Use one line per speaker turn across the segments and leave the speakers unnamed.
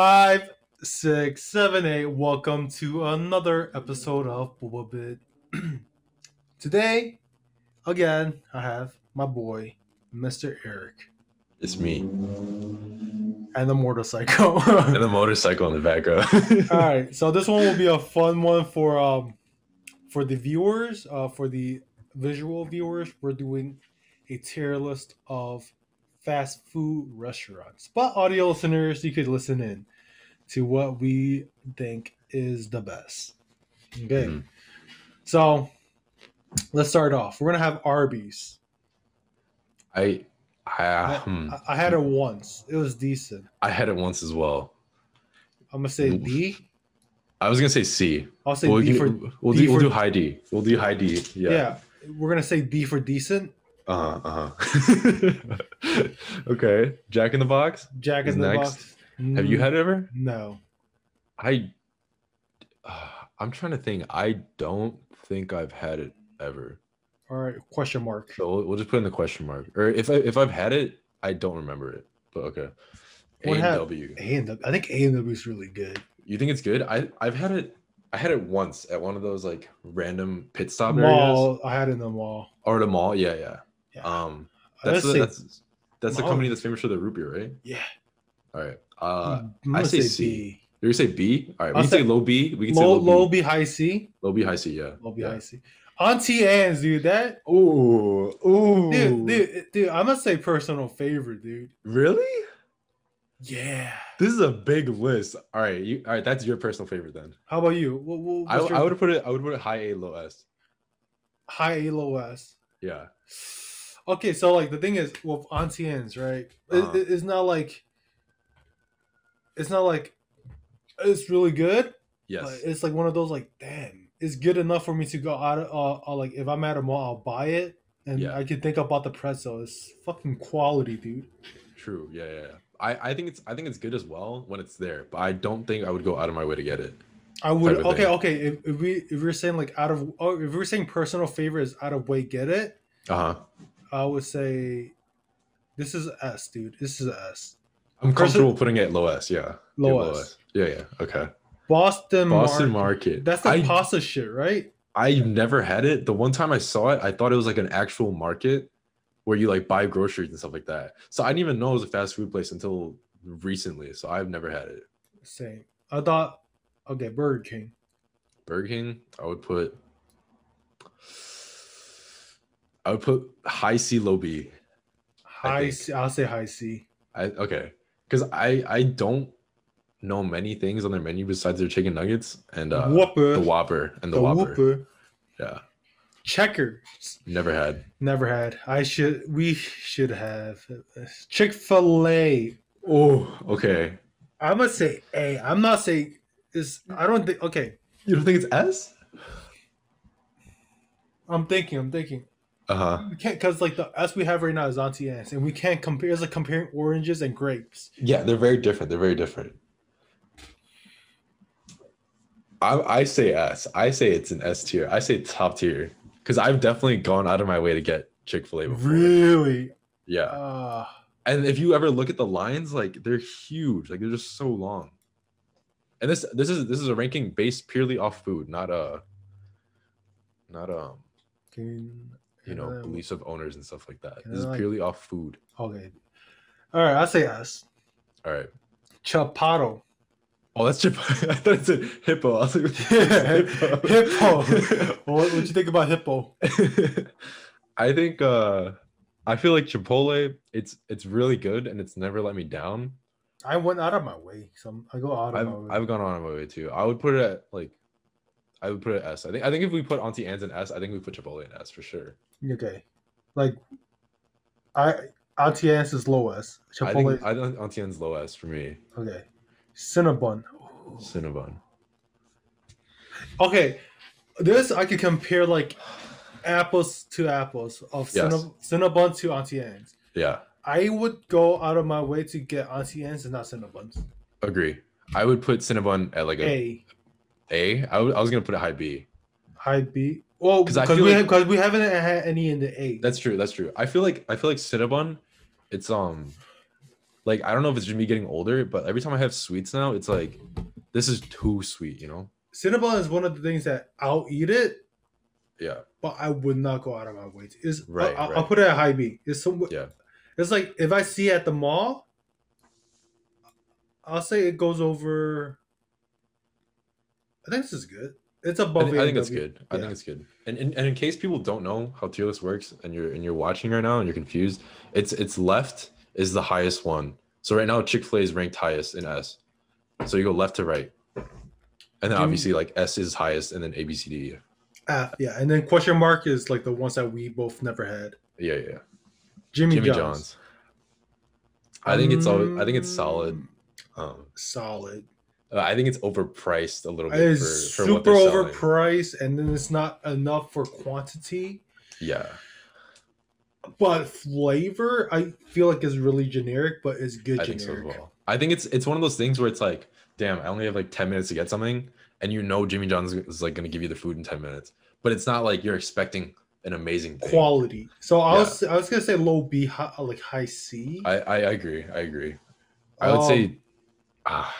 Five, six, seven, eight. Welcome to another episode of Booba Bit. Today, again, I have my boy, Mr. Eric,
It's me
and the motorcycle.
and
All
the motorcycle in the background.
right, so this one will be a fun one for um for the viewers, uh, for the visual viewers. We're doing a tier list of fast food restaurants, but audio listeners, you could listen in to what we think is the best. Okay.
Mhm.
So let's start off. We're gonna have Arby's.
I, I,
I,
hmm,
I- I had it once. It was decent.
I had it once as well.
I'm gonna say
Oof.
D.
I was gonna say C.
I'll say
We'll,
D
gi-
for
we'll,
D
do,
for-
we'll do high D. We'll do high D.
yeah.
Yeah.
We're gonna say D for decent.
Uh huh. Uh-huh. okay. Jack in the Box.
Jack
Is
in the
next.
box.
Have you
Mm,
had it ever?
No.
I. Uh, I'm trying to think. I don't think I've had it ever.
All right. Question mark.
So we'll, we'll just put in the question mark. Or if I, if I've had it, I don't remember it. But okay. A
What
and
hap-
W.
A and W. I think A and W is really good.
You think it's good? I I've had it. I had it once at one of those like random pit stop areas
Mall. I had it in the mall.
or at a mall. Yeah, yeah.
Yeah.
Um,
I'm
that's
gonna
the,
say-
that's that's the
mall.
company that's famous for the root beer, right?
yeah.
All right. Uh,
I'm gonna
I say C.
B.
you say B. All right. We
I'll
can say
say-
low B. We can
Low,
say low
low
B.
B high C.
Low B high C. Yeah.
Low B
yeah.
high C. Auntie Anne's, dude. That
Ooh, ooh.
dude, dude, dude. I'm gonna say personal favorite, dude.
Really?
Yeah.
This is a big list. All right. You, all right. That's your personal favorite then.
How about you? What, what,
I,
what's your
I would put it. I would put it high A, low S.
high ALOS.
Yeah.
Okay, so like the thing is with Auntie Anne's, right? It,
Uh-huh.
it- it's not like it's not like it's really good, but
Yes.
it's like one of those like damn, it's good enough for me to go out. Uh, uh, like if I'm at a mall, I'll buy it, and
Yeah.
I can think about the pretzel. It's fucking quality, dude.
True. Yeah, yeah. yeah. I, I think it's I think it's good as well when it's there, but I don't think I would go out of my way to get it.
I would
Type of
okay,
thing.
okay. If, if we if we're saying like out of oh, if we're saying personal favor is out of way, get it.
Uh huh.
I would say this is a S, dude. This is a S.
I'm
Person-
comfortable putting it low S. Yeah. Yeah,
Low S.
Yeah, yeah. Okay.
Boston,
Boston
Market.
Market.
That's the
I
pasta shit, right?
I've never had it. The one time I saw it, I thought it was like an actual market where you like buy groceries and stuff like that. So I didn't even know it was a fast food place until recently. So I've never had it.
Same. I thought, okay, Burger King.
Burger King, I would put I would put high C low B.
High
think.
C, I'll say high C.
I okay, because I I don't know many things on their menu besides their chicken nuggets and uh,
Whopper.
the Whopper and the,
The
Whopper.
Whooper.
Yeah,
Checker.
never had.
Never had. I should, we should have. Chick fil A.
Oh, okay.
I'm going to say A. I'm not saying, is. I don't think, okay.
You don't think it's S?
I'm thinking, I'm thinking.
Uh huh.
We can't, because like the S we have right now is Auntie Anne's, and we can't compare, it's like comparing oranges and grapes.
Yeah, they're very different. They're very different. I I say S. I say it's an S tier. I say top tier because I've definitely gone out of my way to get Chick Fil A before.
Really?
Yeah.
Uh,
And if you ever look at the lines, like they're huge, like they're just so long. And this this is this is a ranking based purely off food, not uh not um
can,
you know
um,
beliefs of owners and stuff like that.
can
This
I,
is
like-
purely off food.
Okay. All right, I'll say S.
All right.
Chapato.
Oh, that's chip. I thought it said hippo. I was like,
Hippo. What what you think about hippo?
I think uh I feel like Chipotle. It's it's really good and it's never let me down.
I went out of my way. So I'm- I go out of
I've
my way.
I've gone on my way too. I would put it at like I would put it at S. I think I think if we put Auntie Anne's in S, I think we put Chipotle in S for sure.
okay. Like I Auntie Anne's is low S.
I
Chipotle.
think I think Auntie Anne's low S for me.
okay. Cinnabon. Ooh.
Oh. Cinnabon.
Okay. This I could compare like apples to apples of
Yes.
Cinnab- Cinnabon to Auntie Anne's.
Yeah,
I would go out of my way to get Auntie Anne's and not Cinnabons.
agree. I would put Cinnabon at like a
A.
A. I would- I was gonna put it high B.
high B. Well,
'Cause
because
I feel
we
like-
because we haven't had any in the A.
That's true. That's true. I feel like I feel like Cinnabon. It's um like I don't know if it's just me getting older, but every time I have sweets now, it's like this is too sweet, you know?
Cinnabon is one of the things that I'll eat it,
Yeah.
but I would not go out of my way. To. It's
Right,
I, will
right.
put it at high B. It's some.
Yeah.
It's like if I see it at the mall, I'll say it goes over. I think this is good. It's
I
above.
think, I think it's
A&W.
good. I
Yeah.
think it's good. And, and and in case people don't know how tier list works, and you're and you're watching right now and you're confused, it's it's left is the highest one. So right now Chick Fil A is ranked highest in S. So you go left to right, and then
Do-
obviously like S is highest, and then A B C D. E.
Ah, yeah, and then question mark is like the ones that we both never had.
Yeah, yeah. yeah.
Jimmy,
Jimmy
John's.
John's. I think it's always. I think it's solid.
Mm,
Um,
Solid.
uh, I think it's overpriced a little bit for,
It's
for what
super
they're selling.
overpriced, and then it's not enough for quantity.
Yeah,
But flavor, I feel like is really generic, but it's good
I think so as
generic.
well. I think it's it's one of those things where it's like, damn, I only have like ten minutes to get something, and you know Jimmy John's is like gonna give you the food in ten minutes, but it's not like you're expecting an amazing thing.
Quality. So I
Yeah.
was I was gonna say low B, high, like high C. Um,
I, I agree. I agree. I would say, ah,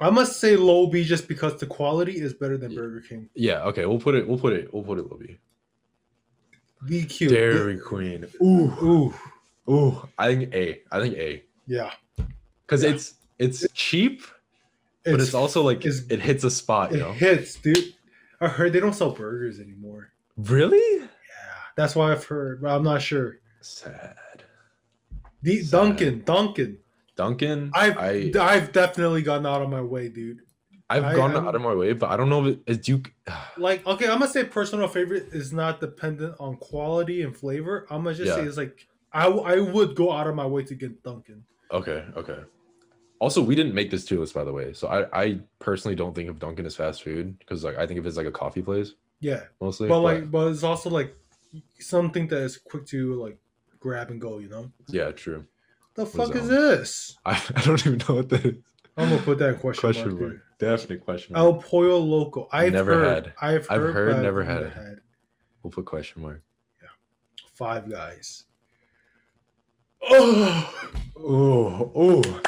I must say low B just because the quality is better than
Yeah.
Burger King.
yeah. Okay, we'll put it. We'll put it. We'll put it. Will be
DQ.
Dairy Queen.
Ooh, ooh,
Ooh, I think A. I think A.
yeah.
because
Yeah.
it's it's cheap, but it's also like
it's-
it hits a spot,
it
you know.
hits, dude. I heard they don't sell burgers anymore.
really
Yeah, that's why I've heard, but I'm not sure.
sad.
The
Sad.
Duncan, Duncan.
Duncan,
I've
I
I, have definitely gotten out of my way, dude.
I've
I-
gone
I'm-
out of my way, but I don't know if it, is Duke.
Like, okay, I'm gonna say personal favorite is not dependent on quality and flavor. I'm gonna just say
Yeah.
it's like I, w- I would go out of my way to get Duncan.
Okay, okay. Also, we didn't make this tier list, by the way. So I, I personally don't think of Duncan as fast food because like I think of it as like a coffee place
Yeah,
mostly.
but like, but it's also like something that is quick to like grab and go. You know,
yeah, true.
the fuck is
Zone.
this?
I, I don't even know what that is.
I'm gonna put that in question,
Question
mark. Oh.
mark.
dude.
Definitely question mark.
El Pollo Loco. I've
Never
heard,
had.
I've
I've
heard.
heard,
but I've
never
never
had.
had.
We'll put question mark.
Five Guys. Oh,
Oh, oh.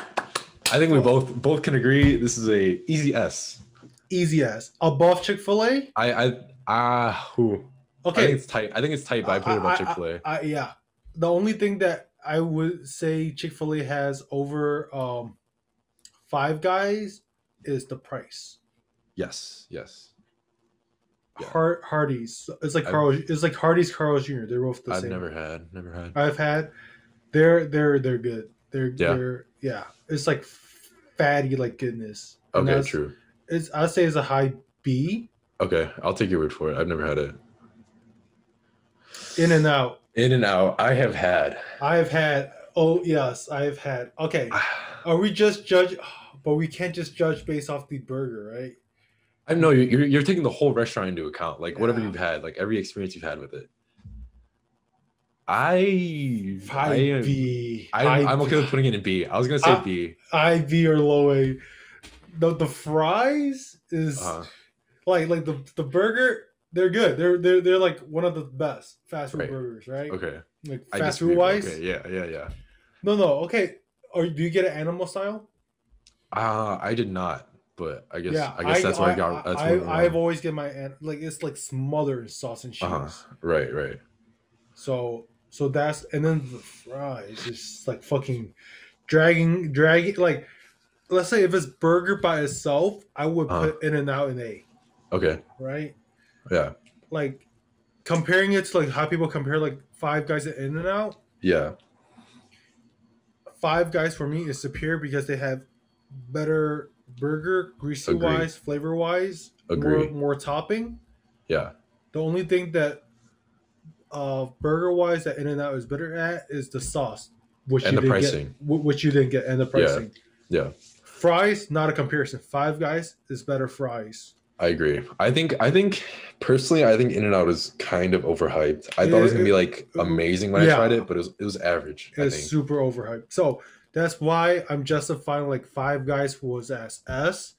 I think we both both can agree this is a easy S.
easy as above Chick Fil A.
I I ah who I think
Okay,
it's tight. I think it's tight, but I put it above Chick Fil A.
I, yeah. The only thing that I would say Chick Fil A has over um, Five Guys is the price.
Yes, yes. Yeah.
Har- Hardee's. It's like
I've-
Carl. It's like Hardee's, Carl's Jr. They're both the
I've
same.
never had, never had.
I've had. They're they're they're good. They're
Yeah.
they're yeah. It's like fatty like goodness. And
Okay,
that's-
true.
It's I'd say it's a high B.
Okay, I'll take your word for it. I've never had it.
In and out.
In and out, I have had.
I've had. Oh yes, I've had. Okay,
I
are we just judge? But we can't just judge based off the burger, right?
know you're, you're you're taking the whole restaurant into account, like whatever
Yeah.
you've had, like every experience you've had with it. I I
High
am,
B.
I,
high
I'm okay with putting it in B. I was gonna say
I-
B.
high B or low A. The the fries is
Uh,
like like the the burger. They're good. They're they're they're like one of the best fast food
Right.
burgers, right?
okay,
Like
I
fast
disagree,
food
but
wise.
Okay, yeah, yeah, yeah.
No, no. Okay. Or do you get an animal style?
Uh, I did not, but I guess I guess that's where I, got. That's
I,
where I,
I, have always get my an- like it's like smothered in sauce and cheese.
uh-huh. Right, right.
So so that's and then the fries is like fucking dragging dragging like let's say if it's burger by itself, I would
Uh-huh.
put in and out in A,
Okay,
right?
yeah,
Like comparing it to like how people compare like five guys at In and Out,
yeah.
five guys for me is superior because they have better burger, greasy
Agree.
wise, flavor wise, more
Agree.
more topping.
Yeah.
The only thing that uh burger wise that In and Out is better at is the sauce, which
And
you
the
didn't
pricing.
get, wh- which you didn't get, and the pricing.
yeah.
Fries, not a comparison. Five Guys is better fries.
I agree. I think I think personally I think In and Out is kind of overhyped. I thought it was gonna be like amazing when
Yeah.
I tried it, but it was it was average, I
It's
think.
super overhyped. So that's why I'm justifying like Five Guys was as S.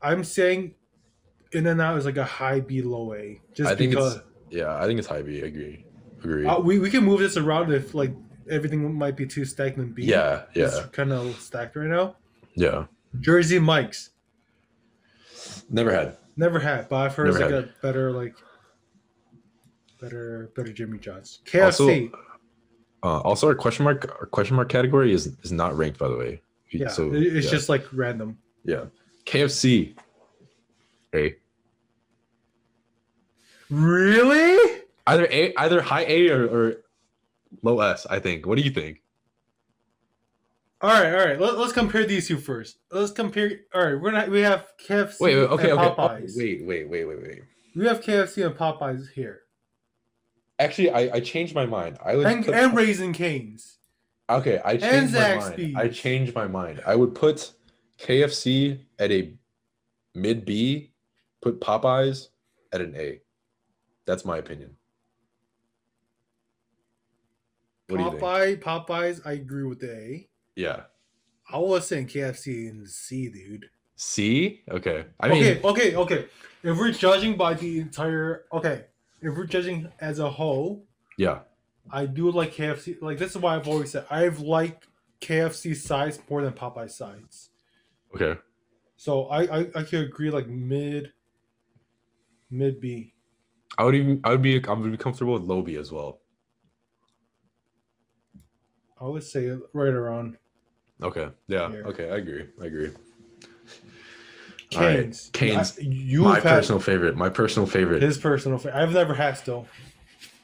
I'm saying In and Out is like a high B, low A, just
I think
because.
it's yeah, I think it's high B, I agree. Agree.
Uh, we we can move this around if like everything might be too stagnant. Beef.
Yeah,
It's
yeah,
kind of stacked right now.
yeah.
Jersey Mike's.
Never had.
Never had, but I've heard it's like
Never
a better like better better Jimmy John's. KFC.
Uh, also, our question mark our question mark category is is not ranked, by the way. You-
yeah. it- it's
yeah,
just like random.
yeah. KFC. A
Really?
either A either high A or, or low S. I think. What do you think?
All right, all right. Let, let's compare these two first. Let's compare. All right, we're not. We have KFC
Wait, wait, okay,
and
okay. Oh,
Popeyes.
wait, wait, wait, wait, wait.
We have KFC and Popeyes here,
Actually, I, I changed my mind. I would
and
put-
and Raising Canes.
okay. I
and
changed my
Zaxby's.
mind. I changed my mind. I would put KFC at a mid B, put Popeyes at an A. That's my opinion. What do you think?
Popeye, Popeyes. I agree with the A.
Yeah.
I was saying KFC and C, dude.
C. Okay. I mean,
okay, okay, okay. If we're judging by the entire, okay, if we're judging as a whole,
yeah.
I do like KFC. Like this is why I've always said I've liked KFC sides more than Popeye sides.
Okay.
So I I, I could agree like mid mid B.
I would even. I would be. I would be comfortable with low B as well.
I would say right around
Okay. Yeah.
Here.
Okay. I agree. I agree. All right.
Canes.
Canes.
I- you
My
have had
personal favorite. My personal favorite.
his personal. Fa- I've never had still.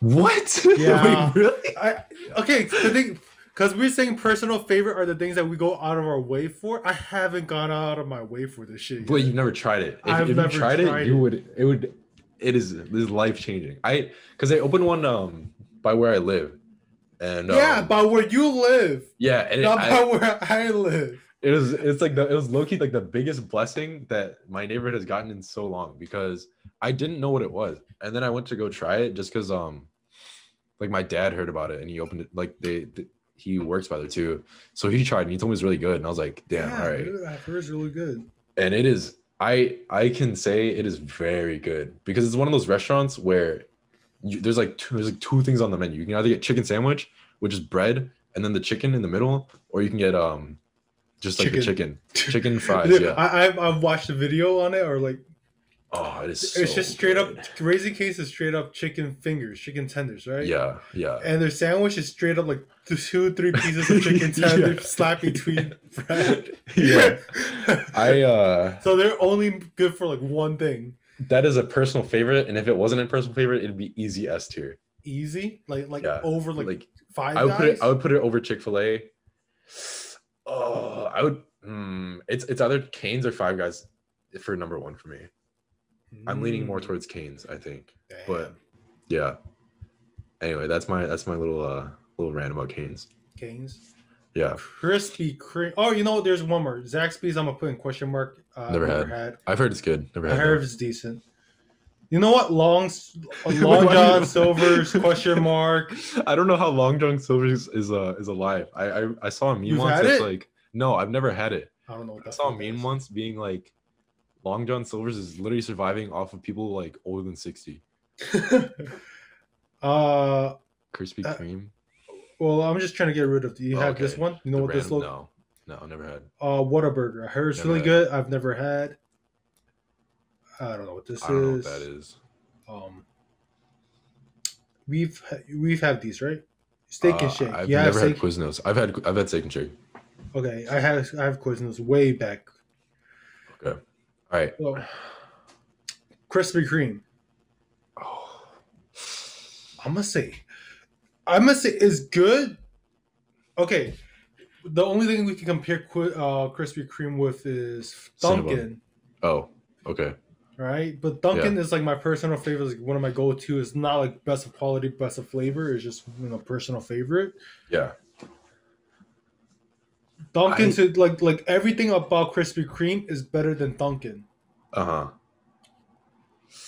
What?
Yeah.
Wait, really?
I okay. The thing, because we're saying personal favorite are the things that we go out of our way for. I haven't gone out of my way for this shit.
But you've never tried it. If,
I've
if
never
you tried,
tried
it, you
it.
would. It would. It is. This is life changing. I because they opened one um by where I live, and
Yeah,
um,
by where you live,
yeah, and it,
not
I-
by where I live.
it was it's like the it was low-key like the biggest blessing that my neighborhood has gotten in so long because i didn't know what it was and then i went to go try it just because um like my dad heard about it and he opened it like they, th- he works by there too so he tried and he told me it's really good and i was like damn all right
dude, I've heard it's really good.
and it is i i can say it is very good because it's one of those restaurants where you, there's like two, there's like two things on the menu you can either get chicken sandwich which is bread and then the chicken in the middle or you can get um just like the
Chicken.
chicken chicken fries
Dude,
yeah
I, I've, I've watched a video on it, or like
oh it is
it's
so
just straight
good.
up raising case is straight up chicken fingers, chicken tenders, right?
yeah yeah
And their sandwich is straight up like two, three pieces of chicken
Yeah.
tenders slapped between bread.
yeah i uh
so they're only good for like one thing.
that is a personal favorite and if it wasn't a personal favorite it'd be easy s tier
Easy, like like
Yeah,
over like,
like
five.
I would put it.
guys?
I would put it over Chick Fil A. Oh, I would. Mm, it's it's either Canes or Five Guys for number one for me. I'm leaning more
Mm,
towards Canes, I think.
damn.
but- Yeah. Anyway, that's my that's my little uh little rant about Canes.
Canes.
Yeah,
Krispy Kreme. Oh, you know what? There's one more. Zaxby's. I'm gonna put in question mark. Uh,
Never had. I've heard it's good. Never
I
had.
heard
that.
it's decent. You know what? Long,
Why
Long
do
John
you-
Silver's question mark.
I don't know how Long John Silver's is uh is alive. I I, I saw a meme
You've
once
had
that's
it?
like no, I've never had it.
I don't know. What
I
that's
saw a meme once being like, Long John Silver's is literally surviving off of people like older than sixty.
uh,
Krispy
Uh,
Kreme.
well, I'm just trying to get rid of. Do you have this
Okay.
one? You know
The
what this
random-
look?
No, no, never had.
Uh, Whataburger. I heard it's
Never
really
had.
good. I've never had. I don't know what this
I don't know what
is.
that is.
Um, we've we've had these right. Steak
Uh,
and shake.
I've
yeah,
never
steak.
had Quiznos. I've had I've had steak and shake.
Okay, I have I have Quiznos way back.
Okay. All right.
Well, Krispy Kreme.
Oh.
I'm gonna say, I'm gonna say is good. Okay, the only thing we can compare Qui- uh, Krispy Kreme with is
Cinnabon.
Dunkin',
Oh, Okay.
right? But Dunkin' is like my personal favorite. Like one of my go to. It's not like best of quality, best of flavor. It's just you know personal favorite.
Yeah.
Dunkin's is like like everything about Krispy Kreme is better than Dunkin',
Uh huh.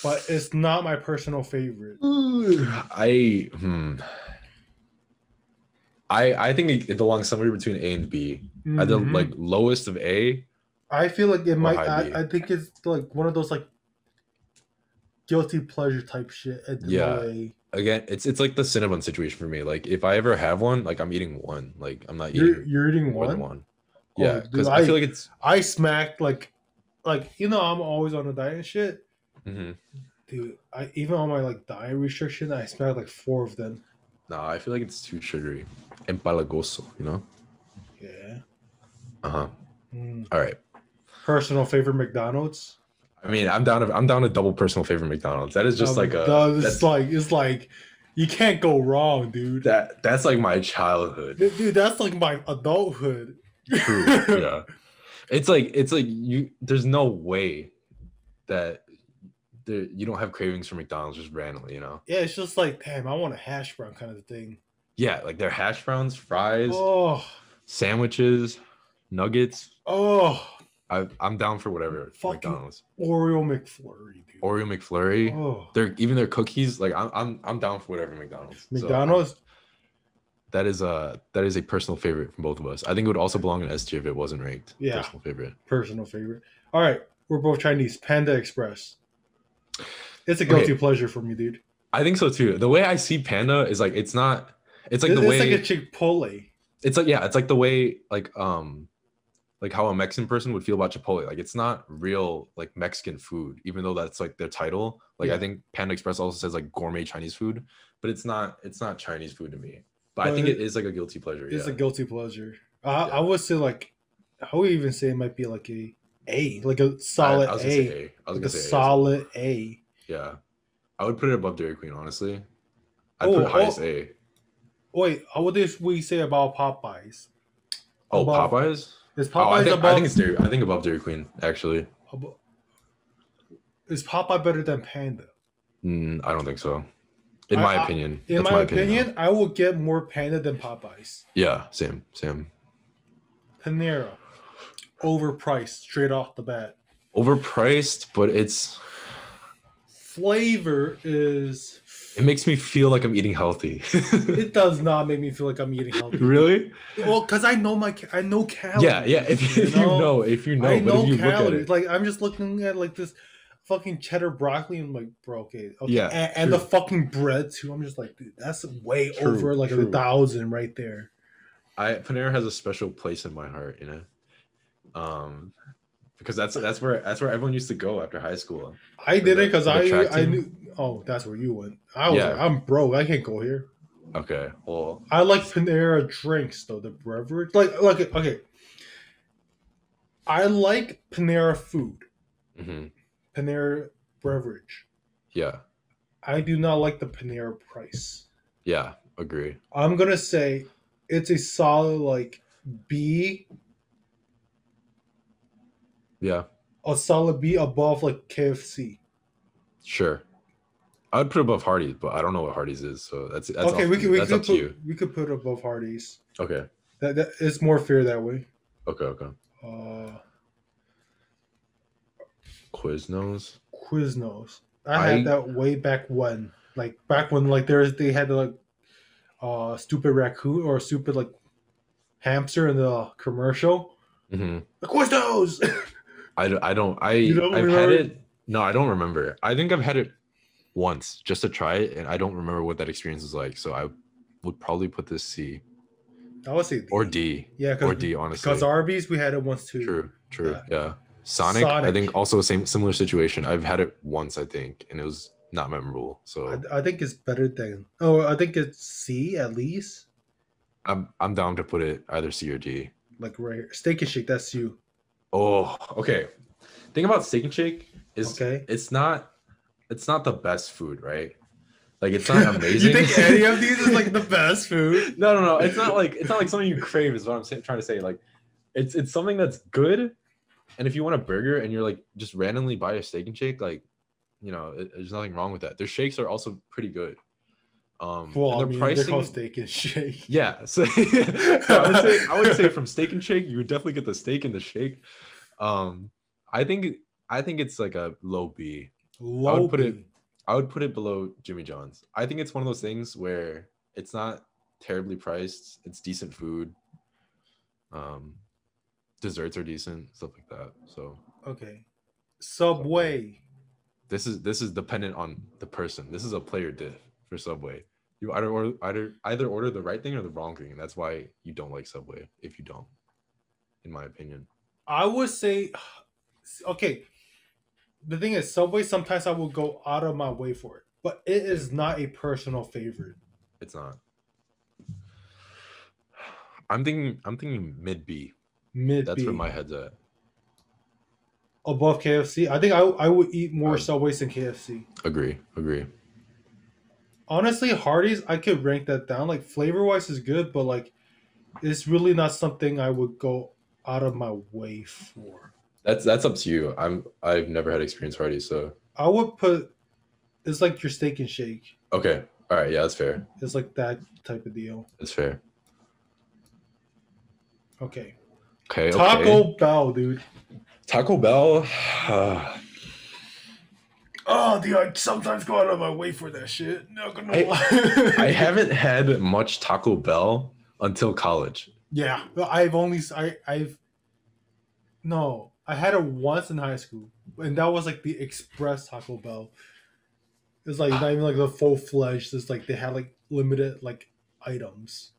but it's not my personal favorite.
I hmm. I I think it, it belongs somewhere between A and B. At the
Mhm.
like lowest of A.
I feel like it might.
high B.
I, I think it's like one of those like guilty pleasure type shit. At the
Yeah.
way.
again, it's it's like the Cinnabon situation for me. Like if I ever have one, like I'm eating one. Like I'm not
You're,
eating
you're eating
more
one.
than one.
Oh,
yeah,
dude,
because I,
I-
feel like it's
I smacked like, like you know, I'm always on a diet and shit,
mhm.
dude. I even on my like diet restriction, I smacked like four of them.
no, I feel like it's too sugary and palagoso. You know.
Yeah.
Uh huh.
Mm.
All right.
Personal favorite McDonald's.
I mean, I'm down. To, I'm down to double personal favorite McDonald's. That is just
Um,
like a
the-
that's,
it's like it's like you can't go wrong, dude.
that. That's like my childhood.
Dude, dude, that's like my adulthood.
True. yeah. It's like it's like you. There's no way that there, you don't have cravings for McDonald's just randomly. You know.
Yeah, it's just like, damn, I want a hash brown kind of thing.
Yeah, like their hash browns, fries,
Oh,
sandwiches, nuggets.
oh,
I, I'm down for whatever
Fucking-
McDonald's.
Oreo McFlurry, dude.
Oreo McFlurry.
oh,
Their even their cookies. Like I'm I'm I'm down for whatever McDonald's. So,
McDonald's.
that is a that is a personal favorite from both of us. I think it would also belong in S tier if it wasn't ranked.
Yeah.
Personal favorite.
personal favorite. All right, we're both Chinese. Panda Express. It's a guilty pleasure for me, dude.
I think so too. The way I see panda is like it's not it's like
It-
the
it's
way
like a Chick-fil-A.
it's like yeah, it's like the way like um like how a Mexican person would feel about Chipotle. Like it's not real like Mexican food, even though that's like their title. Like
Yeah.
I think Panda Express also says like gourmet Chinese food, but it's not it's not Chinese food to me. But I
But
think
it-
it is like a guilty pleasure.
It's
yeah.
a guilty pleasure. I,
Yeah.
I would say like, I would even say it might be like a A, like a solid
I, I was gonna
A,
say A. I was
like
gonna
a
say A as well.
solid A.
Yeah. I would put it above Dairy Queen, honestly. I'd
Oh,
put it highest
oh.
A.
Wait, uh, what did we say about Popeyes?
Oh,
Above-
Popeyes?
Is Popeyes
Oh, I think,
above?
I think it's Dairy. I think above Dairy Queen, actually.
abo- is Popeye better than Panda?
Mm, I don't think so. In
I-
my
I-
opinion.
In
That's
my, opinion, I will get more Panda than Popeyes.
Yeah, same, same.
Panera, overpriced straight off the bat.
Overpriced, but it's
Flavor is
it makes me feel like I'm eating healthy.
it does not make me feel like I'm eating healthy.
really?
Well, because I know my ca- I know calories.
Yeah, yeah. If you,
you know?
know, if you know,
I
but
know
if you look at
calories.
it,
Like I'm just looking at like this fucking cheddar broccoli and like bro, okay, okay.
Yeah,
and, and the
true.
fucking bread too. I'm just like, dude, that's way
True,
over like a
true.
thousand right there.
I Panera has a special place in my heart, you know. Um, because that's that's where that's where everyone used to go after high school.
I did it
the-
because
the
I
track
I
team?
knew. Oh, that's where you went. I was
Yeah.
like, I'm broke. I can't go here.
Okay, well,
I like Panera drinks though. The beverage, like, like, okay. I like Panera food,
mhm,
Panera beverage.
yeah,
I do not like the Panera price.
yeah, agree.
I'm gonna say it's a solid like B,
Yeah,
a solid B above like KFC.
sure. I would put above Hardee's, but I don't know what Hardee's is, so that's that's
okay,
up
we could
to you.
we
that's
could
up to you.
put, we could put it above Hardee's.
Okay,
That, that it's more fair that way.
okay, okay.
Uh,
Quiznos.
Quiznos. I,
I-
had that way back when, like back when like there's they had like uh stupid raccoon or stupid like hamster in the commercial.
Mm-hmm.
The Quiznos.
I, d- I don't I
You don't
I've
remember?
had it. No, I don't remember. I think I've had it once just to try it, and I don't remember what that experience is like. So I would probably put this C
I would say D.
or D
yeah,
or
cause,
D. Honestly,
because Arby's we had it once too.
true, true,
Yeah.
yeah. Sonic, I
Sonic.
think also same similar situation. I've had it once, I think, and it was not memorable. So
I, I think it's better than oh I think it's C at least
I'm I'm down to put it either C or D.
like right here steak and shake that's you
Oh, okay. Thing about Steak and Shake is
okay
it's not it's not the best food, right? Like it's not amazing.
you think any of these is like the best food
No, no, no. It's not like it's not like something you crave. Is what I'm saying, trying to say. Like, it's it's something that's good, and if you want a burger and you're like just randomly buy a steak and shake, like, you know, it- there's nothing wrong with that. Their shakes are also pretty good. Um,
well
and
I
their
mean, they're
pricing,
called steak and shake
yeah. So, so I would say I would say from steak and shake, you would definitely get the steak and the shake. Um, I think I think it's like a low B.
Low
put
B.
it- I would put it below Jimmy John's. I think it's one of those things where it's not terribly priced. It's decent food. Um, desserts are decent, stuff like that. So
okay Subway
this is this is dependent on the person. This is a player diff for Subway. You either order either either order the right thing or the wrong thing, and that's why you don't like Subway if you don't, in my opinion.
I would say, okay. The thing is, Subway. Sometimes I will go out of my way for it, but it is not a personal favorite.
It's not. I'm thinking I'm thinking mid B.
Mid
That's
B.
where my head's at.
above KFC. I think I I would eat more
I'd-
Subways than KFC.
Agree. Agree.
Honestly, Hardee's I could rank that down. Like flavor wise is good, but like it's really not something I would go out of my way for.
That's that's up to you. I'm I've never had experience Hardee's, so
I would put it's like your steak and shake.
okay. All right, yeah, that's fair.
It's like that type of deal.
That's fair.
Okay.
Okay. okay.
Taco Bell, dude.
Taco Bell.
Oh, dude, I sometimes go out of my way for that shit. Not gonna
I-
lie.
I haven't had much Taco Bell until college.
yeah, but I've only I I've no, I had it once in high school, and that was like the express Taco Bell. It's like not even like the full fledged. It's like they had like limited like items.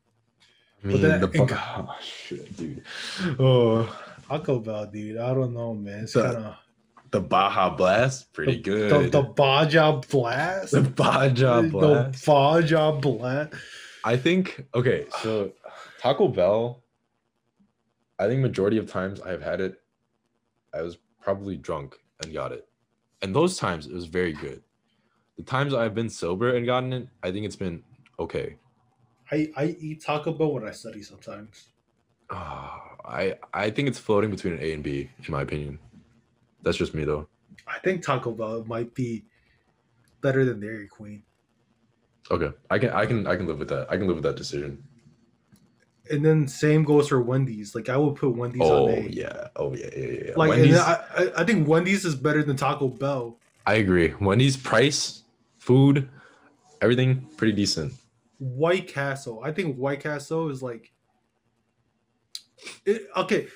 I mean,
then
the
in-
bu- oh, shit, dude. Oh,
Taco Bell, dude. I don't know, man. It's
The-
kind of
the Baja Blast, pretty good.
the, the Baja Blast.
The Baja Blast.
The Baja Blast.
I think okay, so Taco Bell. I think majority of times I've had it, I was probably drunk and got it, and those times it was very good. The times I've been sober and gotten it, I think it's been okay.
I I eat Taco Bell when I study sometimes.
Ah, I I think it's floating between an A and B in my opinion. That's just me though.
I think Taco Bell might be better than Dairy Queen.
Okay, I can I can I can live with that. I can live with that decision.
And then same goes for Wendy's. Like I would put Wendy's
oh
on A.
yeah, oh yeah, yeah, yeah. yeah.
Like and
Wendy's,
I, I- I think Wendy's is better than Taco Bell.
I agree. Wendy's price, food, everything pretty decent.
White Castle. I think White Castle is like it, okay.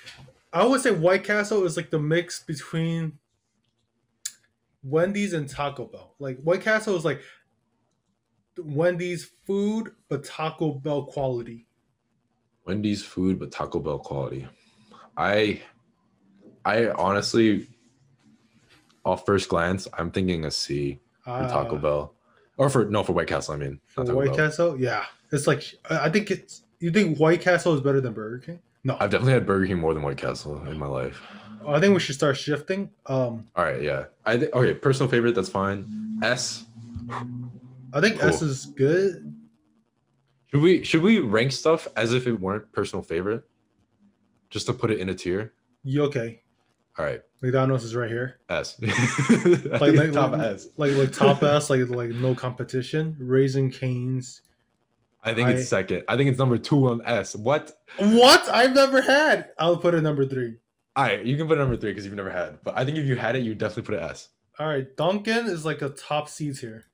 I would say White Castle is like the mix between Wendy's and Taco Bell. Like White Castle is like Wendy's food, but Taco Bell quality.
Wendy's food, but Taco Bell quality. I, I honestly, off first glance, I'm thinking a C for Taco
Uh,
Bell, or for no for White Castle. I mean, not Taco
White
Bell.
Castle, yeah, it's like I I think it's. You think White Castle is better than Burger King? No,
I've definitely had Burger King more than White Castle in my life.
I think we should start shifting. Um,
All right, yeah. I th- okay, personal favorite. That's fine. S.
I think
Cool.
S is good.
Should we should we rank stuff as if it weren't personal favorite, just to put it in a tier?
You okay?
All right,
McDonald's is right here.
S.
Like like,
Top
like,
S.
like like top S, like like no competition. Raising Canes.
I think
I-
it's second. I think it's number two on S. What?
What I've never had. I'll put it number three.
All right, you can put it number three because you've never had. But I think if you had it, you definitely put it S.
All right, Dunkin' is like a top C tier.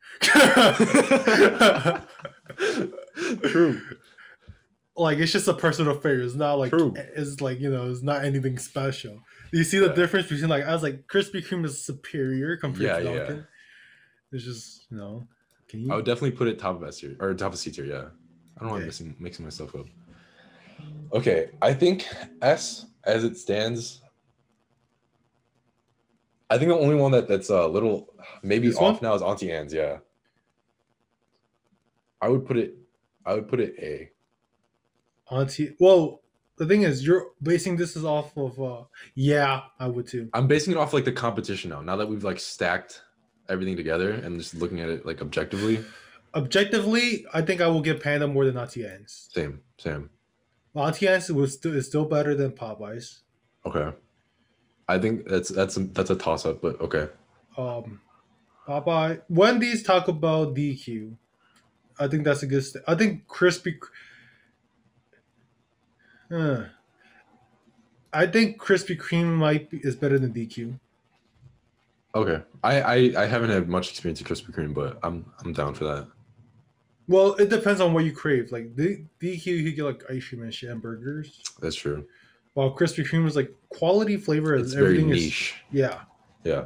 True.
like it's just a personal favorite. It's not like
True.
it's like you know it's not anything special. You see the
Yeah.
difference between like I was like Krispy Kreme is superior compared
Yeah,
to
yeah.
Dunkin'. It's just you know. Can you?
I would definitely put it top of S tier or top of C tier. Yeah. I don't
Mm-hmm. Okay.
want to mixing, mixing myself up. Okay, I think S as it stands. I think the only one that that's a little maybe
This one?
off now is Auntie Anne's. Yeah. I would put it. I would put it A.
Auntie. Well, the thing is, you're basing this is off of. uh Yeah, I would too.
I'm basing it off like the competition now. Now that we've like stacked everything together and just looking at it like objectively,
Objectively, I think I will get Panda more than Auntie Anne's.
same, same.
Auntie Anne's was still is still better than Popeyes.
Okay. I think that's that's that's a toss up, but okay.
Um, Popeye, Wendy's, Taco Bell, DQ. I think that's a good. St- I think Krispy. K- Huh. I think Krispy Kreme might be, is better than DQ.
Okay. I, I I haven't had much experience at Krispy Kreme, but I'm I'm down for that.
Well, it depends on what you crave. Like the DQ, you get like ice cream and shit and burgers.
That's true.
While Krispy Kreme is like quality flavor.
It's
and
very
everything
niche.
Is, yeah.
Yeah.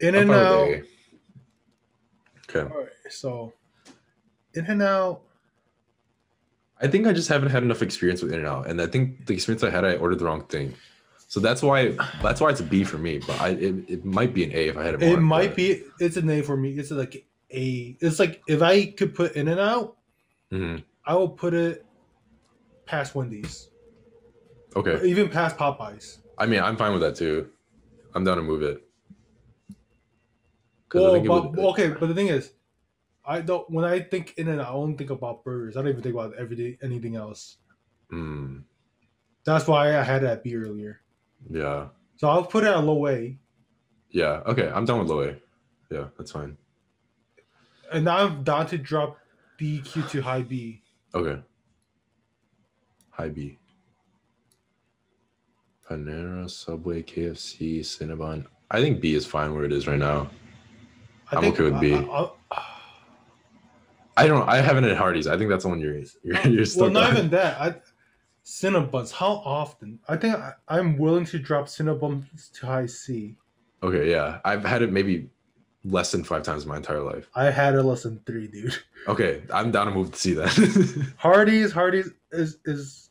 In
I'm
and
fine
out.
with A. Okay.
Alright. So, In and Out,
I think I just haven't had enough experience with In and Out, and I think the experience I had, I ordered the wrong thing. So that's why that's why it's a B for me. But I it, it might be an A if I had it.
it
more,
might
but-
be. It's a name for me. It's like a. It's like if I could put In and Out,
Mhm.
I will put it past Wendy's,
Okay,
even past Popeyes.
I mean I'm fine with that too. I'm down to move it. 'Cause I
Well,
think it
but,
would-
okay, but the thing is, I don't. When I think In and Out, I only think about burgers. I don't even think about everything, anything else.
Mm,
That's why I had that B earlier.
yeah,
So I'll put it at low A,
yeah. Okay, I'm done with low A. Yeah, that's fine.
and now I'm down to drop BQ to high B.
Okay. High B. Panera, Subway, KFC, Cinnabon. I think B is fine where it is right now.
I
I'm okay with
I-
B.
I- I-
I don't. I haven't had Hardee's. I think that's the one you're you're, you're stuck
well, not
on.
even that. I, Cinnabons. How often? I think I, I'm willing to drop Cinnabons to high C.
Okay, yeah. I've had it maybe less than five times in my entire life.
I had a less than three, dude.
Okay, I'm down to move to see that.
Hardee's, Hardee's is is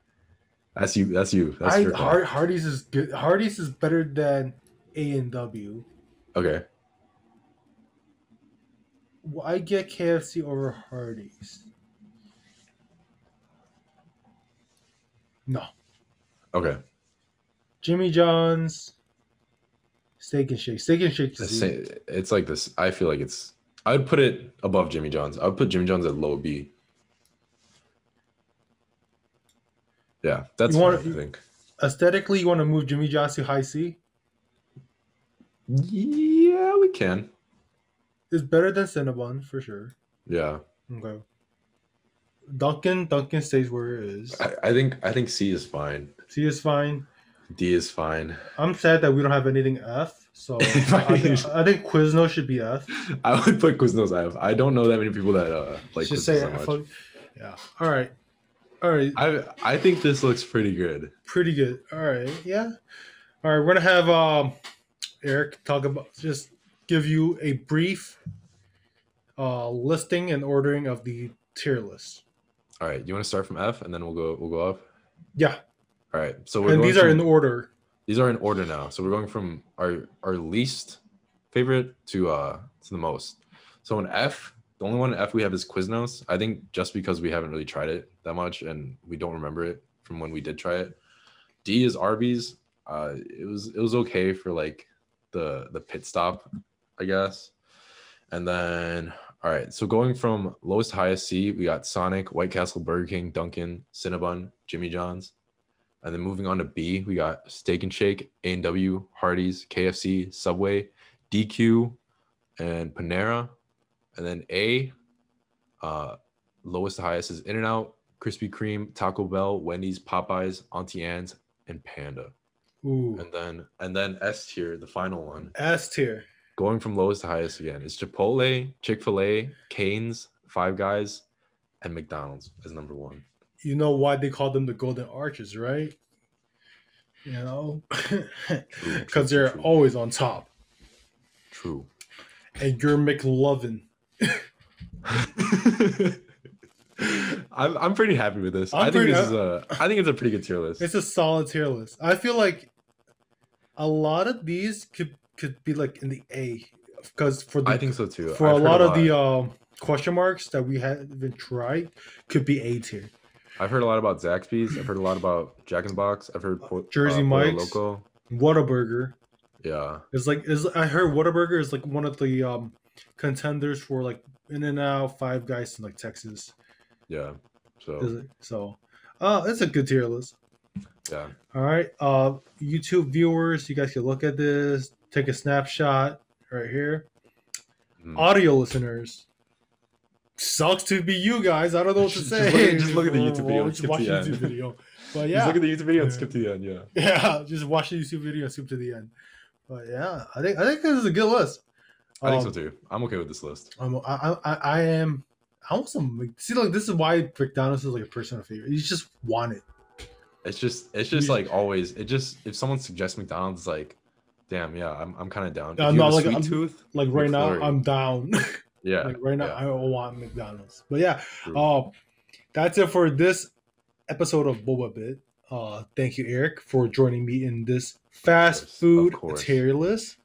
that's you. That's you. That's
I
your call.
Har, Hardee's is good. Hardee's is better than A and W.
Okay.
Well, I get KFC over Hardee's. No,
Okay.
Jimmy John's, Steak and Shake. Steak and Shake.
It's,
is the-
sa- it's like this. I feel like it's. I would put it above Jimmy John's. I would put Jimmy John's at low B. Yeah, that's
You wanna-
fine, I think.
Aesthetically, you want to move Jimmy John's to high C?
Yeah, we can.
It's better than Cinnabon for sure.
Yeah,
Okay. Duncan, Duncan stays where it is.
I, I think I think C is fine.
C is fine.
D is fine.
I'm sad that we don't have anything F. So I, think, I think Quiznos should be F.
I would put Quiznos. I have. I don't know that many people that uh, like
should
Quiznos
say
that
F.
much.
Yeah. All right. All right.
I I think this looks pretty good.
Pretty good. All right. Yeah. All right. We're gonna have um, Eric talk about just give you a brief uh, listing and ordering of the tier list.
All right, you want to start from F and then we'll go we'll go up.
Yeah.
All right, so we're
And
going
these are
from-
in order.
these are in order now. So we're going from our our least favorite to uh to the most. So in F, the only one in F we have is Quiznos. I think just because we haven't really tried it that much and we don't remember it from when we did try it. D is Arby's. Uh, it was it was okay for like the the pit stop, I guess. And then all right, so going from lowest to highest C, we got Sonic, White Castle, Burger King, Dunkin', Cinnabon, Jimmy John's. And then moving on to B, we got Steak and Shake, A&W, Hardee's, KFC, Subway, DQ, and Panera. And then A, uh, lowest to highest is In and Out, Krispy Kreme, Taco Bell, Wendy's, Popeyes, Auntie Anne's, and Panda.
Ooh.
And then and then S tier, the final one,
S tier.
going from lowest to highest again, is Chipotle, Chick Fil A, Canes, Five Guys, and McDonald's as number one.
you know why they call them the golden arches, right? You know,
True, true,
because they're
true.
always on top,
True.
and you're McLovin.
I'm I'm pretty happy with this.
I'm
i think
pretty-
this is a I think it's a pretty good tier list.
It's a solid tier list. I feel like a lot of these could could be like in the A, because for the
I think so too.
for
I've
a
heard
lot of the um, question marks that we haven't tried could be A tier.
I've heard a lot about Zaxby's. I've heard a lot about Jack in the Box. I've heard Po- uh,
Jersey
Pollo
Mike's.
Loco.
Whataburger
Yeah,
is like is I heard Whataburger is like one of the um contenders for like In and Out, Five Guys in like Texas.
yeah.
Is
So
it? So, uh, it's a good tier list.
yeah,
All right, uh, YouTube viewers, you guys can look at this, take a snapshot right here.
Mhm.
Audio listeners, sucks to be you guys. I don't know what to
Just
say.
look at- just look at the
We'll-
YouTube
we'll
video and
Just
skip
watch
to
the
the
YouTube
end.
video. But
just
yeah,
look at the YouTube video and
Yeah.
skip to the end. Yeah,
yeah, just watch the YouTube video and skip to the end. But yeah, I think I think this is a good list.
I think so
Um,
too. I'm okay with this list.
I'm, I, I, I am. I want some. Mc- See, like this is why McDonald's is like a personal favorite. You just want it.
It's just it's just
You-
like always. It just if someone suggests McDonald's, it's like, damn, yeah, I'm I'm kind of down.
Yeah,
If
I'm
you
not
have a
like-
sweet
I'm-
tooth.
Like right now,
McFlurry.
I'm down.
Yeah.
Like right now,
yeah.
I don't want McDonald's. But yeah,
True.
um, that's it for this episode of Boba Bit. Uh, thank you, Eric, for joining me in this fast
course, of
food
course.
tier list.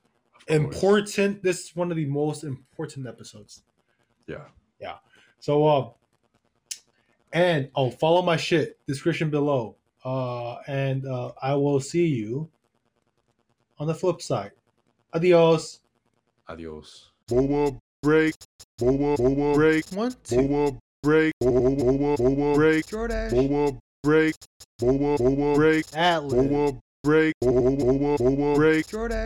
Of course.
Important. This is one of the most important episodes.
Yeah.
So, um, and oh, follow my shit description below. Uh, and uh, I will see you on the flip side. Adios.
Adios.
Boa break. Boa boa break.
One, two.
Boa break. Boa boa boa break.
Jordash.
Boa break. Boa boa break.
Atlas.
Boa break. Boa boa break.
Jordash.